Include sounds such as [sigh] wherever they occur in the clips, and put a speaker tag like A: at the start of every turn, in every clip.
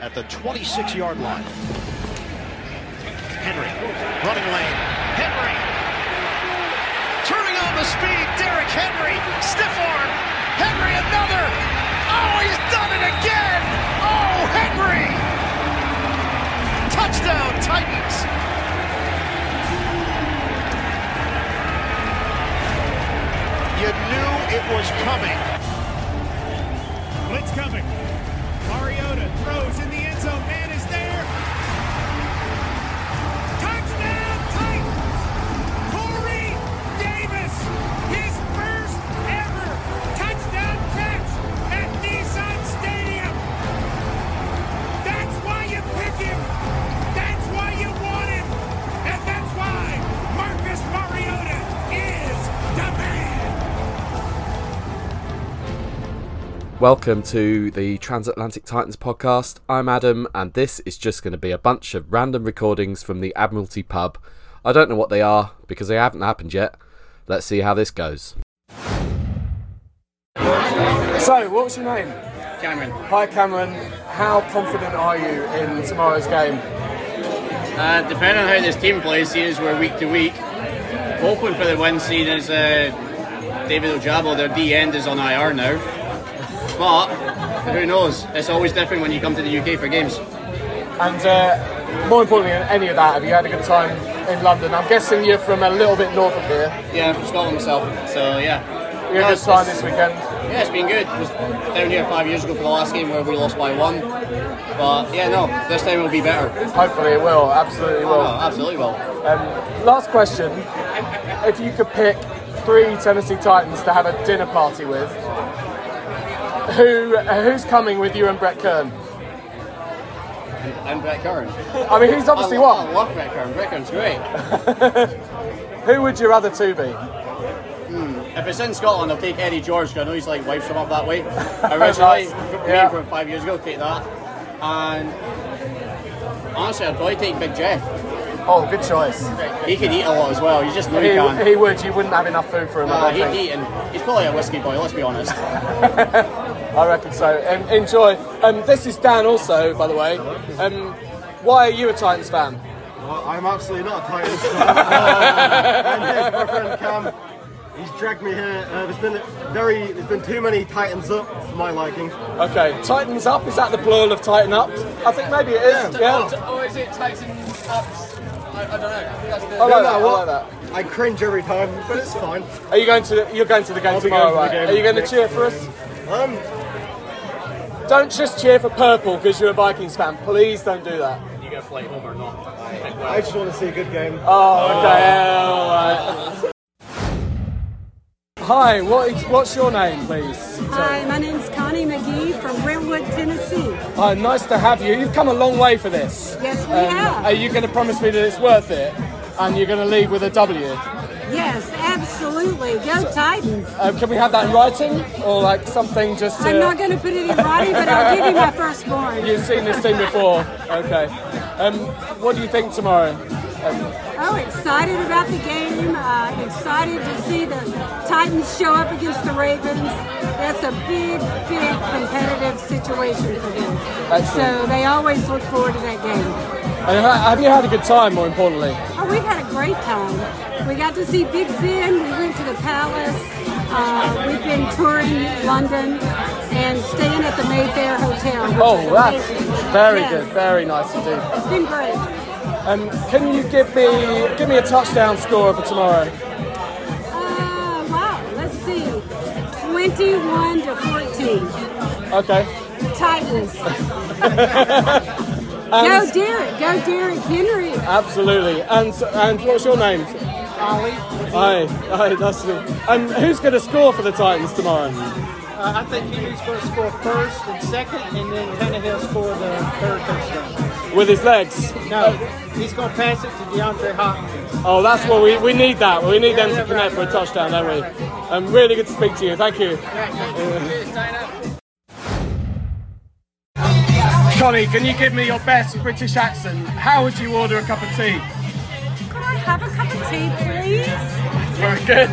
A: at the 26-yard line. Henry, running lane. Henry, turning on the speed. Derrick Henry, stiff arm. Henry, another. Oh, he's done it again. Oh, Henry. Touchdown, Titans. You knew it was coming.
B: Blitz coming. Mariota throws in the end zone. Man is there. Touchdown Titans! Corey Davis, his first ever touchdown catch at Nissan Stadium. That's why you pick him. That's why you want him. And that's why Marcus Mariota is the man.
C: Welcome to the Transatlantic Titans podcast. I'm Adam, and this is just going to be a bunch of random recordings from the Admiralty pub. I don't know what they are because they haven't happened yet. Let's see how this goes.
D: So, what's your name?
E: Cameron,
D: Hi, Cameron. How confident are you in tomorrow's game?
E: uh, depending on how this team plays, seeing as we're week to week, hoping for the win, seeing as uh, David Ojabo, their D end, is on IR now. But who knows? It's always different when you come to the UK for games.
D: And uh, more importantly than any of that, have you had a good time in London? I'm guessing you're from a little bit north of here.
E: Yeah, I'm from Scotland myself, so yeah.
D: You had a good
E: it's-
D: time
E: it's-
D: this weekend.
E: Yeah, it's been good. It was down here five years ago for the last game where we lost by one. But yeah, no, this time it'll be better.
D: Hopefully, it will. Absolutely
E: Oh, no,
D: will. Um,
E: absolutely will.
D: Last question: If you could pick three Tennessee Titans to have a dinner party with, who who's coming with you and Brett Kern?
E: And Brett Curran.
D: I mean, he's obviously
E: I,
D: one.
E: I love Brett Curran. Brett Curran's great.
D: Who would your other two be?
E: If it's in Scotland, I'll take Eddie George. 'cause I know he's like wife's from up
F: [laughs]
E: that way. Originally,
D: Nice.
E: me
D: Yeah.
E: from five years ago, take that. And honestly, I'd probably take Big Jeff.
D: Oh, good choice.
E: He could eat a lot as well. You just know he,
D: He,
E: can.
D: he would. You wouldn't have enough food for him.
E: Uh,
D: I don't
E: he'd
D: think.
E: eat, and he's probably a whiskey boy. Let's be honest.
D: I reckon so. Um, enjoy. Um, this is Dan, also, by the way. Um, why are you a Titans fan?
G: Well, I'm absolutely not a Titans fan. Uh, I'm here for my friend Cam. He's dragged me here. Uh, there's been very, there's been too many Titans up for my liking.
D: Okay, Titans up. Is that the plural of Titan up? I think maybe it is. Yeah.
H: [laughs] Or is it Titan ups? I, I don't know. I think that's the.
D: I like that.
G: No,
D: I like
G: what?
D: that.
G: I cringe every time, but it's fine.
D: Are you going to? You're going to the game
G: I'll be
D: tomorrow,
G: going
D: right?
G: to the game.
D: Are you going to cheer for us?
G: Um,
D: Don't just cheer for purple because you're a Vikings fan. Please don't do that.
E: You get a flight home or not?
G: I just want to see a good game.
D: Oh, okay. yeah, all right. Hi. What is, what's your name, please?
I: Hi, my name's Connie McGee from Brentwood, Tennessee.
D: Hi, Uh, nice to have you. You've come a long way for this. Um,
I: Yes, we
D: Are
I: have.
D: you going to promise me that it's worth it? And you're going to leave with a W?
I: Yes, absolutely. Go Titans.
D: Um, can we have that in writing or like something just to.
I: I'm not going to put it in writing, but I'll give you my firstborn.
D: You've seen this team before. Okay. Um, what do you think tomorrow?
I: Oh, excited about the game. Uh, excited to see the Titans show up against the Ravens. That's a big, big competitive situation for them.
D: Excellent.
I: So they always look forward to that game.
D: And Uh, ha- have you had a good time, more importantly?
I: Oh, we've had a great time. We got to see Big Ben. We went to the Palace. Uh, we've been touring London and staying at the Mayfair Hotel. which
D: Oh,
I: is
D: that's
I: amazing.
D: very
I: Yes,
D: good. Very nice indeed.
I: It's been great.
D: Um, can you give me give me a touchdown score for tomorrow?
I: Uh, wow. Let's see. 21 to 14.
D: Okay. [laughs]
I: Titans. go Derek. Go Derek Henry.
D: Absolutely. And and what's your name?
J: uh,
D: Ali. Aye, aye, that's it. And who's going to score for the Titans tomorrow?
J: Uh, I think Henry's going to score first and second, and then Tannehill score the third touchdown.
D: With his legs.
J: No, he's going to pass it to DeAndre Hopkins.
D: Oh, that's what we, we need that. We need them to
J: Yeah, yeah,
D: connect for a
J: right,
D: touchdown,
J: right,
D: don't we?
J: right,
D: Um, really good to speak to you. Thank you. Uh, Connie, can you give me your best British accent? How would you order a cup of tea?
I: Could I have a cup of tea, please?
D: Very good.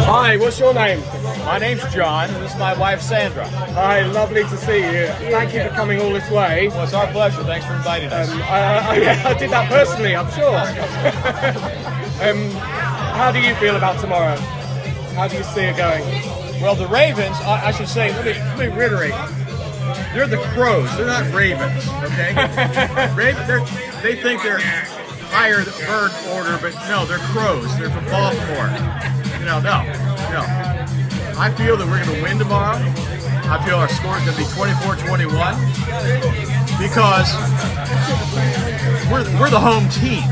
D: Hi, what's your name?
K: My name's John, and this is my wife Sandra.
D: Hi, lovely to see you. Thank you for coming all this way.
K: Well, it's our pleasure. Thanks for inviting us.
D: Um, [laughs] I, I, I did that personally, I'm sure. [laughs] um, how do you feel about tomorrow? How do you see it going?
K: Well, the Ravens, I, I should say, let me, let me reiterate. They're the Crows. They're not Ravens, okay? Raven, they're, they think they're higher th- bird order, but no, they're Crows. They're from Baltimore. You know, no, no. I feel that we're going to win tomorrow. I feel our score is going to be 24-21 because we're, we're the home team,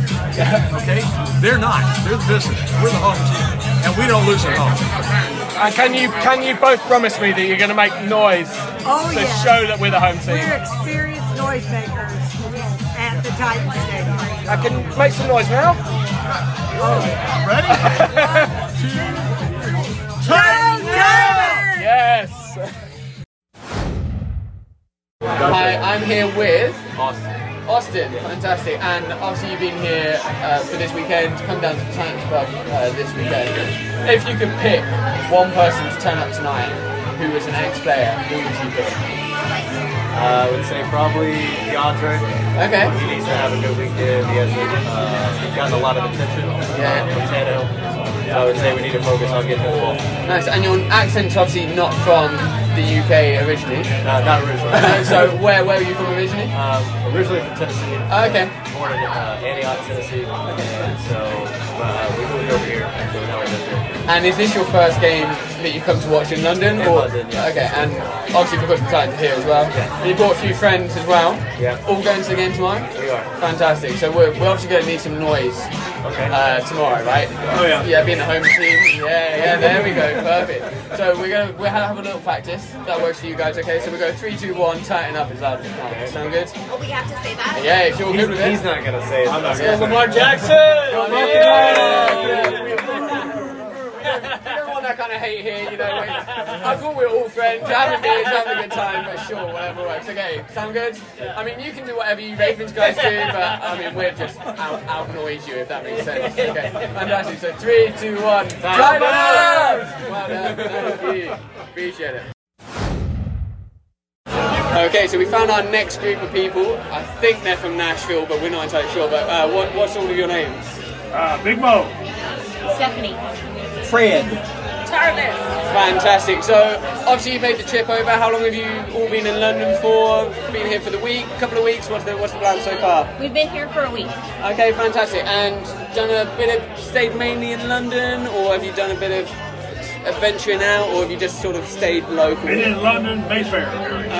K: okay? They're not. They're the business. We're the home team, and we don't lose at home.
D: And can you can you both promise me that you're going to make noise
I: Oh,
D: to
I: yeah.
D: show that we're the home team?
I: We're experienced noisemakers at the Titan Stadium.
D: I can make some noise now.
L: Oh.
D: [laughs]
K: Ready?
D: Yes.
L: Hi, I'm here with Austin. Fantastic. And obviously you've been here uh, for this weekend. Come down to Townsburg uh, this weekend. If you could pick one person to turn up tonight who is an ex-player, who would you pick?
F: Uh, I would say probably DeAndre.
L: Okay.
F: He needs to have a good weekend. He hasn't uh, gotten a lot of attention yeah. from Tannehill. So I would say we need to focus on getting the ball.
L: Nice. And your accent's obviously not from the UK originally.
F: No, not originally.
L: No, [laughs] so where, where were you from originally? Oh,
F: Um, originally from Tennessee.
L: Okay.
F: Born in uh, Antioch, Tennessee. And so uh, we moved over here. And so now we live here.
L: And is this your first game that you come to watch in London?
F: In
L: or?
F: London, yeah.
L: Okay, and obviously because we're starting here as well. You brought a few friends as well.
F: Yeah.
L: All going to the game tomorrow?
F: We are.
L: Fantastic. So we're, we're obviously going to need some noise uh, tomorrow, right?
F: Oh, yeah.
L: Yeah, being the home team. Yeah, yeah. There we go. Perfect. So we're gonna we'll have a little practice. That works for you guys, okay? So we go three, two, one. Tighten up as loud as you can. Sound good?
M: Oh, we have to say that?
L: Yeah, if you're good with it.
F: He's
L: [laughs]
F: not going to say it. I'm not
L: gonna say it.
F: Lamar
L: Jackson!
F: Lamar
L: [laughs] Don't want that kind of hate here, you know. Like, I thought we were all friends, having beers, having a good time, but sure, whatever works. Okay, sound good? I mean, you can do whatever you Ravens guys do, but I mean, we're just out, outnoise you if that makes sense. Okay, fantastic. So three, two, one, drive up! Well done, thank you. Appreciate it. Okay, so we found our next group of people. I think they're from Nashville, but we're not entirely sure. But uh, what, what's all of your names? Uh, Big Mo.
M: Stephanie.
L: Fred.
M: Tarvis.
L: Fantastic. So obviously you made the trip over. How long have you all been in London for? Been here for the week, couple of weeks. What's the what's the plan so far?
M: We've been here for a week.
L: Okay, fantastic. And done a bit of stayed mainly in London, or have you done a bit of adventuring out, or have you just sort of stayed local?
N: Been in London, Mayfair.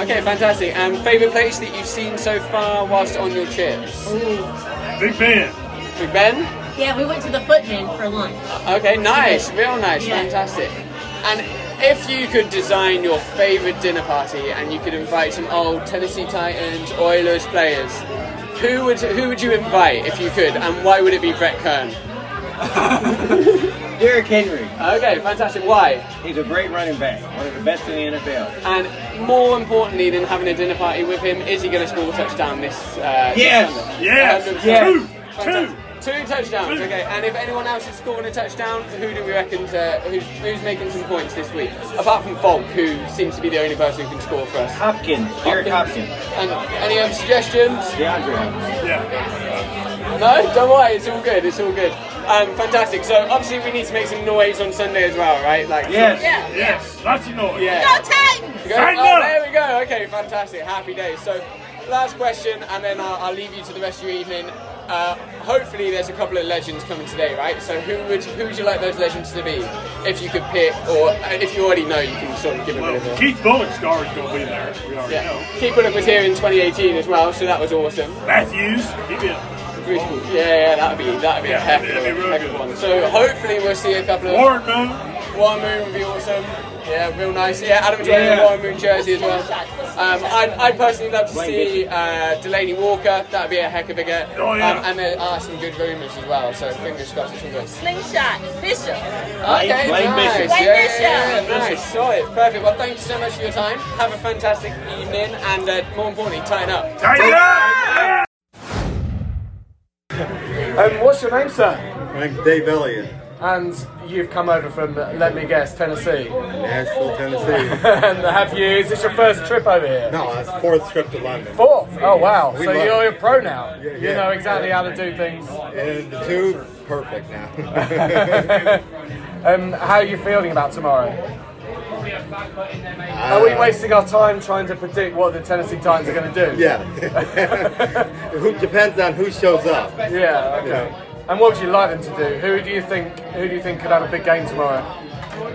L: Okay, fantastic. And favourite place that you've seen so far whilst on your trips? Big Ben. Big Ben.
M: Yeah, we went to the Footman for lunch.
L: Okay, nice, real nice,
M: Yeah.
L: fantastic. And if you could design your favourite dinner party and you could invite some old Tennessee Titans, Oilers players, who would who would you invite if you could, and why would it be Brett Kern?
O: [laughs] Derrick Henry.
L: Okay, fantastic. Why?
O: He's a great running back, one of the best in the NFL.
L: And more importantly than having a dinner party with him, is he going to score a touchdown this? Uh, this
O: Yes.
L: Sunday?
O: Yes. Yes.
L: 100%. Fantastic. Two touchdowns. Okay, and if anyone else is scoring a touchdown, who do we reckon? Uh, who's, who's making some points this week? Apart from Falk, who seems to be the only person who can score for us.
O: Hopkins, Derrick Hopkins.
L: And any other suggestions?
O: DeAndre Hopkins.
L: Yeah. No, don't worry. It's all good. It's all good. Um, fantastic. So obviously we need to make some noise on Sunday as well, right? Like
N: Yes. Yeah. Yes. Lots of noise.
L: Yeah.
N: Go
L: Titans!
N: Tighten
L: oh,
N: up!
L: there we go. Okay, fantastic. Happy day. So, last question, and then I'll, I'll leave you to the rest of your evening. Uh, hopefully, there's a couple of legends coming today, right? So, who would who would you like those legends to be, if you could pick, or uh, if you already know, you can sort of give a bit of a.
N: Keith Bullock's guard's going to be there. We already know.
L: Oh, yeah. Keith Bullock was here in 2018 as well, so that was awesome.
N: Matthews, keep it.
L: Bruce Bull- Yeah, yeah, that'd be that'd be a
N: Yeah,
L: heck
N: that'd
L: of
N: be
L: a-
N: real
L: heck of
N: good.
L: one. So hopefully we'll see a couple of
N: Warren Moon.
L: Warren Moon would be awesome. Yeah, real nice. Yeah, Adam's
N: Yeah.
L: wearing a Warren Moon jersey as well. Um, I'd, I'd personally love to
N: Blaine
L: see uh, Delaney Walker. That'd be a heck of a get.
N: Oh, yeah.
L: um, and there are some good rumours as well. So fingers crossed it's all good.
M: Slingshot. Bishop.
L: Okay, nice. Yeah,
M: Blaine
L: yeah,
M: Bishop.
L: yeah, yeah, nice. Solid. Perfect. Well, thank you so much for your time. Have a fantastic evening, and uh, more importantly, tighten up.
N: Tighten
L: up.
D: Um, what's your name, sir?
P: My name's Dave Elliott.
D: And you've come over from, uh, let me guess, Tennessee. [laughs]
E: Nashville, Tennessee. [laughs]
D: and have you? Is this your first trip over here?
E: No, that's the fourth trip to London.
D: Fourth. Oh wow!
E: We
D: so
E: love
D: you're
E: it.
D: a pro now.
E: Yeah,
D: You
E: yeah.
D: know exactly how to do things.
E: And the two, perfect now. [laughs]
D: [laughs] um, how are you feeling about tomorrow? are
E: Uh,
D: we wasting our time trying to predict what the Tennessee Titans are going to do?
E: Yeah. [laughs] who depends on who shows up.
D: Yeah. Okay. And what would you like them to do? Who do you think? Who do you think could have a big game tomorrow?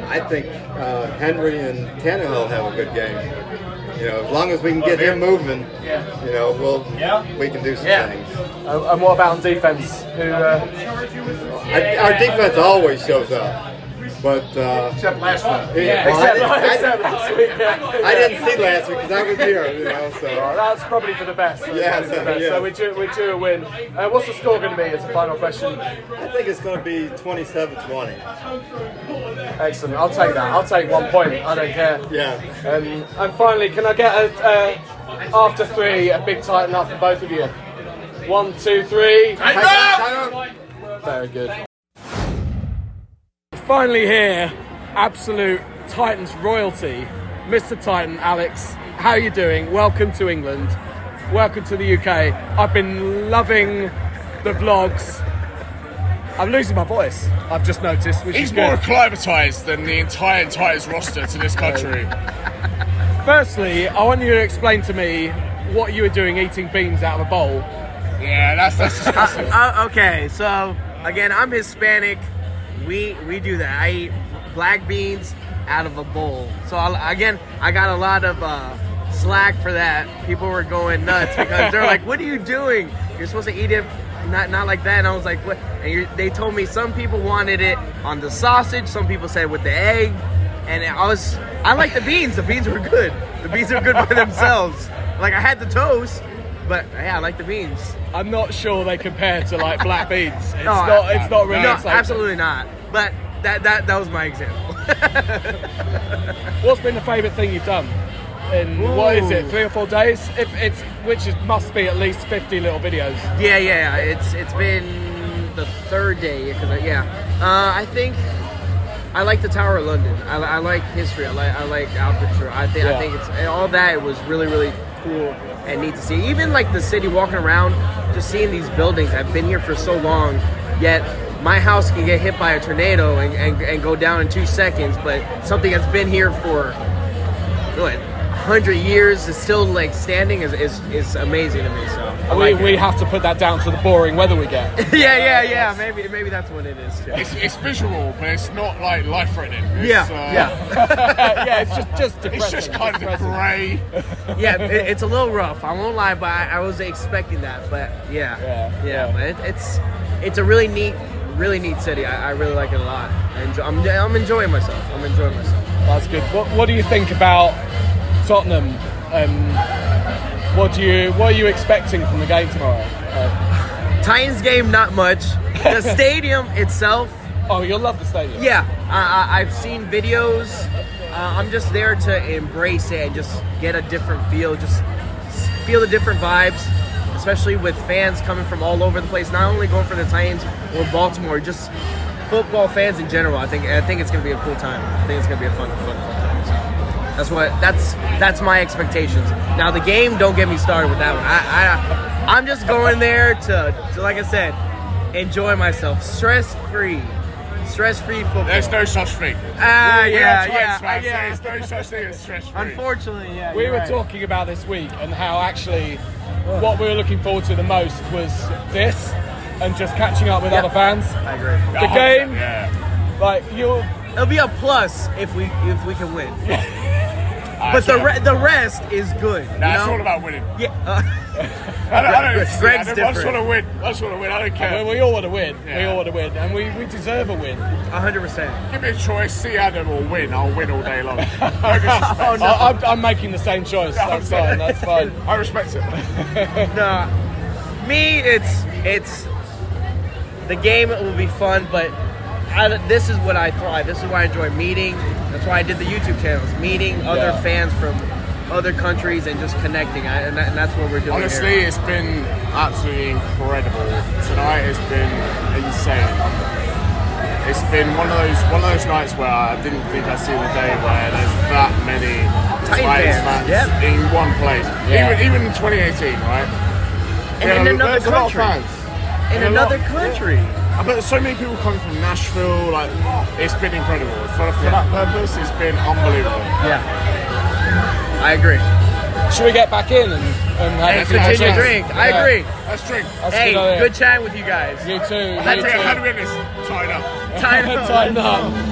E: I think uh, Henry and Tannehill have a good game. You know, as long as we can get him moving, you know, we'll we can do some things.
D: Uh, and what about on defense? Who? Uh,
E: I, our defense always shows up, but uh, except
D: last
E: week.
D: Yeah,
E: I,
D: except-
E: didn't, I-
D: except last week, yeah.
E: I didn't see last week because I was here. You know, so
D: Well, [laughs] that's probably for the best. That's
E: Yeah,
D: probably for the best.
E: yeah.
D: So we do, we do a win. Uh, what's the score going to be? It's a final question.
E: I think it's going to be 27-20.
D: Excellent. I'll take that. I'll take one point. I don't care.
E: Yeah.
D: Um, and finally, can I get a, uh, after three a big tighten up for both of you? One, two, three. Very good. Finally here, absolute Titans royalty, Mr. Titan Alex. How are you doing? Welcome to England. Welcome to the UK. I've been loving the vlogs. I'm losing my voice. I've just noticed. Which
Q: He's
D: is
Q: more
D: good.
Q: acclimatised than the entire Titans roster to this country.
D: Firstly, I want you to explain to me what you were doing eating beans out of a bowl.
Q: Yeah, that's that's
D: [laughs]
Q: disgusting.
L: Uh, okay, so again, I'm Hispanic. We we do that. I eat black beans out of a bowl. So i again, I got a lot of uh, slack for that. People were going nuts because they're like, "What are you doing? You're supposed to eat it." Not, not like that, and I was like, "What?" And you they told me some people wanted it on the sausage, some people said with the egg, and I was, I like the beans. The beans were good. The beans were good by themselves. Like I had the toast, but yeah, I like the beans.
D: I'm not sure they compare to like black beans.
L: [laughs]
D: It's
L: No,
D: not.
L: I-
D: It's not really.
L: No,
D: the same.
L: absolutely not. But that that that was my example. [laughs]
D: What's been the favourite thing you've done? In what is it?
L: Ooh.
D: Three or four days? If it's which is, must be at least fifty little videos.
L: Yeah, yeah, yeah. It's it's been the third day. 'cause I- yeah, uh, I think I like the Tower of London. I, li- I like history. I like I like Alcatraz. I think
D: Yeah.
L: I think it's and all that was really really cool and neat to see. Even like the city, walking around, just seeing these buildings. I've been here for so long, yet my house can get hit by a tornado and, and, and go down in two seconds. But something that's been here for what hundred years is still like standing is is, is amazing to me. So I
D: we,
L: like it.
D: we have to put that down to the boring weather we get.
L: [laughs] yeah, yeah, yeah. Maybe maybe that's what it is. Too.
Q: It's, it's visual, but it's not like life threatening. [laughs]
L: Yeah,
Q: yeah,
D: [laughs] yeah. It's just just
Q: depressing. It's just kind of grey.
L: yeah, it, it's a little rough. I won't lie, but I, I was expecting that. But yeah, yeah, But it, it's it's a really neat, really neat city. I, I really like it a lot. I enjoy, I'm I'm enjoying myself. I'm enjoying myself.
D: That's good. What, what do you think about Tottenham? Um, what do you what are you expecting from the game tomorrow?
L: Titans game, not much. [laughs] The stadium itself.
D: Oh, you'll love the stadium.
L: Yeah, I, I, I've seen videos. Uh, I'm just there to embrace it and just get a different feel. Just s- feel the different vibes, especially with fans coming from all over the place. Not only going for the Titans or Baltimore, just football fans in general. I think I think it's gonna be a cool time. I think it's gonna be a fun, fun, fun time. So that's what that's that's my expectations. Now the game, don't get me started with that one. I, I I'm just going there to, to like I said, enjoy myself, stress free, stress free football.
Q: There's no such thing.
L: Ah,
Q: We're
L: yeah,
Q: Titans
L: yeah,
Q: fans,
L: yeah.
Q: so There's no such thing as stress free.
L: Unfortunately, yeah.
D: we
L: you're
D: were
L: right.
D: talking about this week and how actually what we were looking forward to the most was this and just catching up with
L: Yeah.
D: other fans.
L: I agree.
D: The game, like you,
L: it'll be a plus if we if we can win. but the re- the rest is good. you
Q: Nah, it's
L: know?
Q: all about winning.
L: Yeah.
Q: [laughs] I don't, I don't,
L: Greg's
Q: I don't, I just want
L: different.
Q: to win. I just want to win. I don't care.
D: Well, we all want to win. We
Q: Yeah.
D: all want to win, and we, we deserve a win.
L: hundred percent.
Q: Give me a choice, see Adam or win. I'll win all day long. [laughs] No disrespect.
D: I, I'm, I'm making the same choice. That's fine. That's fine.
Q: I respect it.
L: no, me, it's it's the game will be fun, but I, this is what I thrive. This is why I enjoy meeting. That's why I did the YouTube channels, meeting other
Q: Yeah.
L: fans from other countries and just connecting. I, and, that, and that's what we're doing.
Q: Honestly,
L: here.
Q: it's been absolutely incredible. Tonight has been insane. it's been one of those one of those nights where I didn't think I'd see the day where there's that many
R: Titan
Q: Titans
R: fans,
Q: fans
R: yep.
Q: in one place.
R: Yeah.
Q: Even even in 2018, right?
R: And
Q: Yeah,
R: in another
Q: there's a lot of
R: country.
Q: fans.
R: In
Q: And a
R: another
Q: lot-
R: country.
Q: I bet there's so many people coming from Nashville. Like, it's been incredible. For, for that purpose, it's been unbelievable.
R: Yeah. I agree.
D: Should we get back in and, and have
Q: Yeah,
D: a few more
Q: continue
D: drinks?
Q: drink.
R: I
D: Yeah.
R: agree.
Q: Let's drink.
D: That's a
R: hey,
D: good idea.
R: good chatting with you guys.
D: You too.
R: Let's
D: you
R: go.
D: too. [laughs]
Q: Tied up.
R: Tied up.
L: [laughs]
D: Tied up.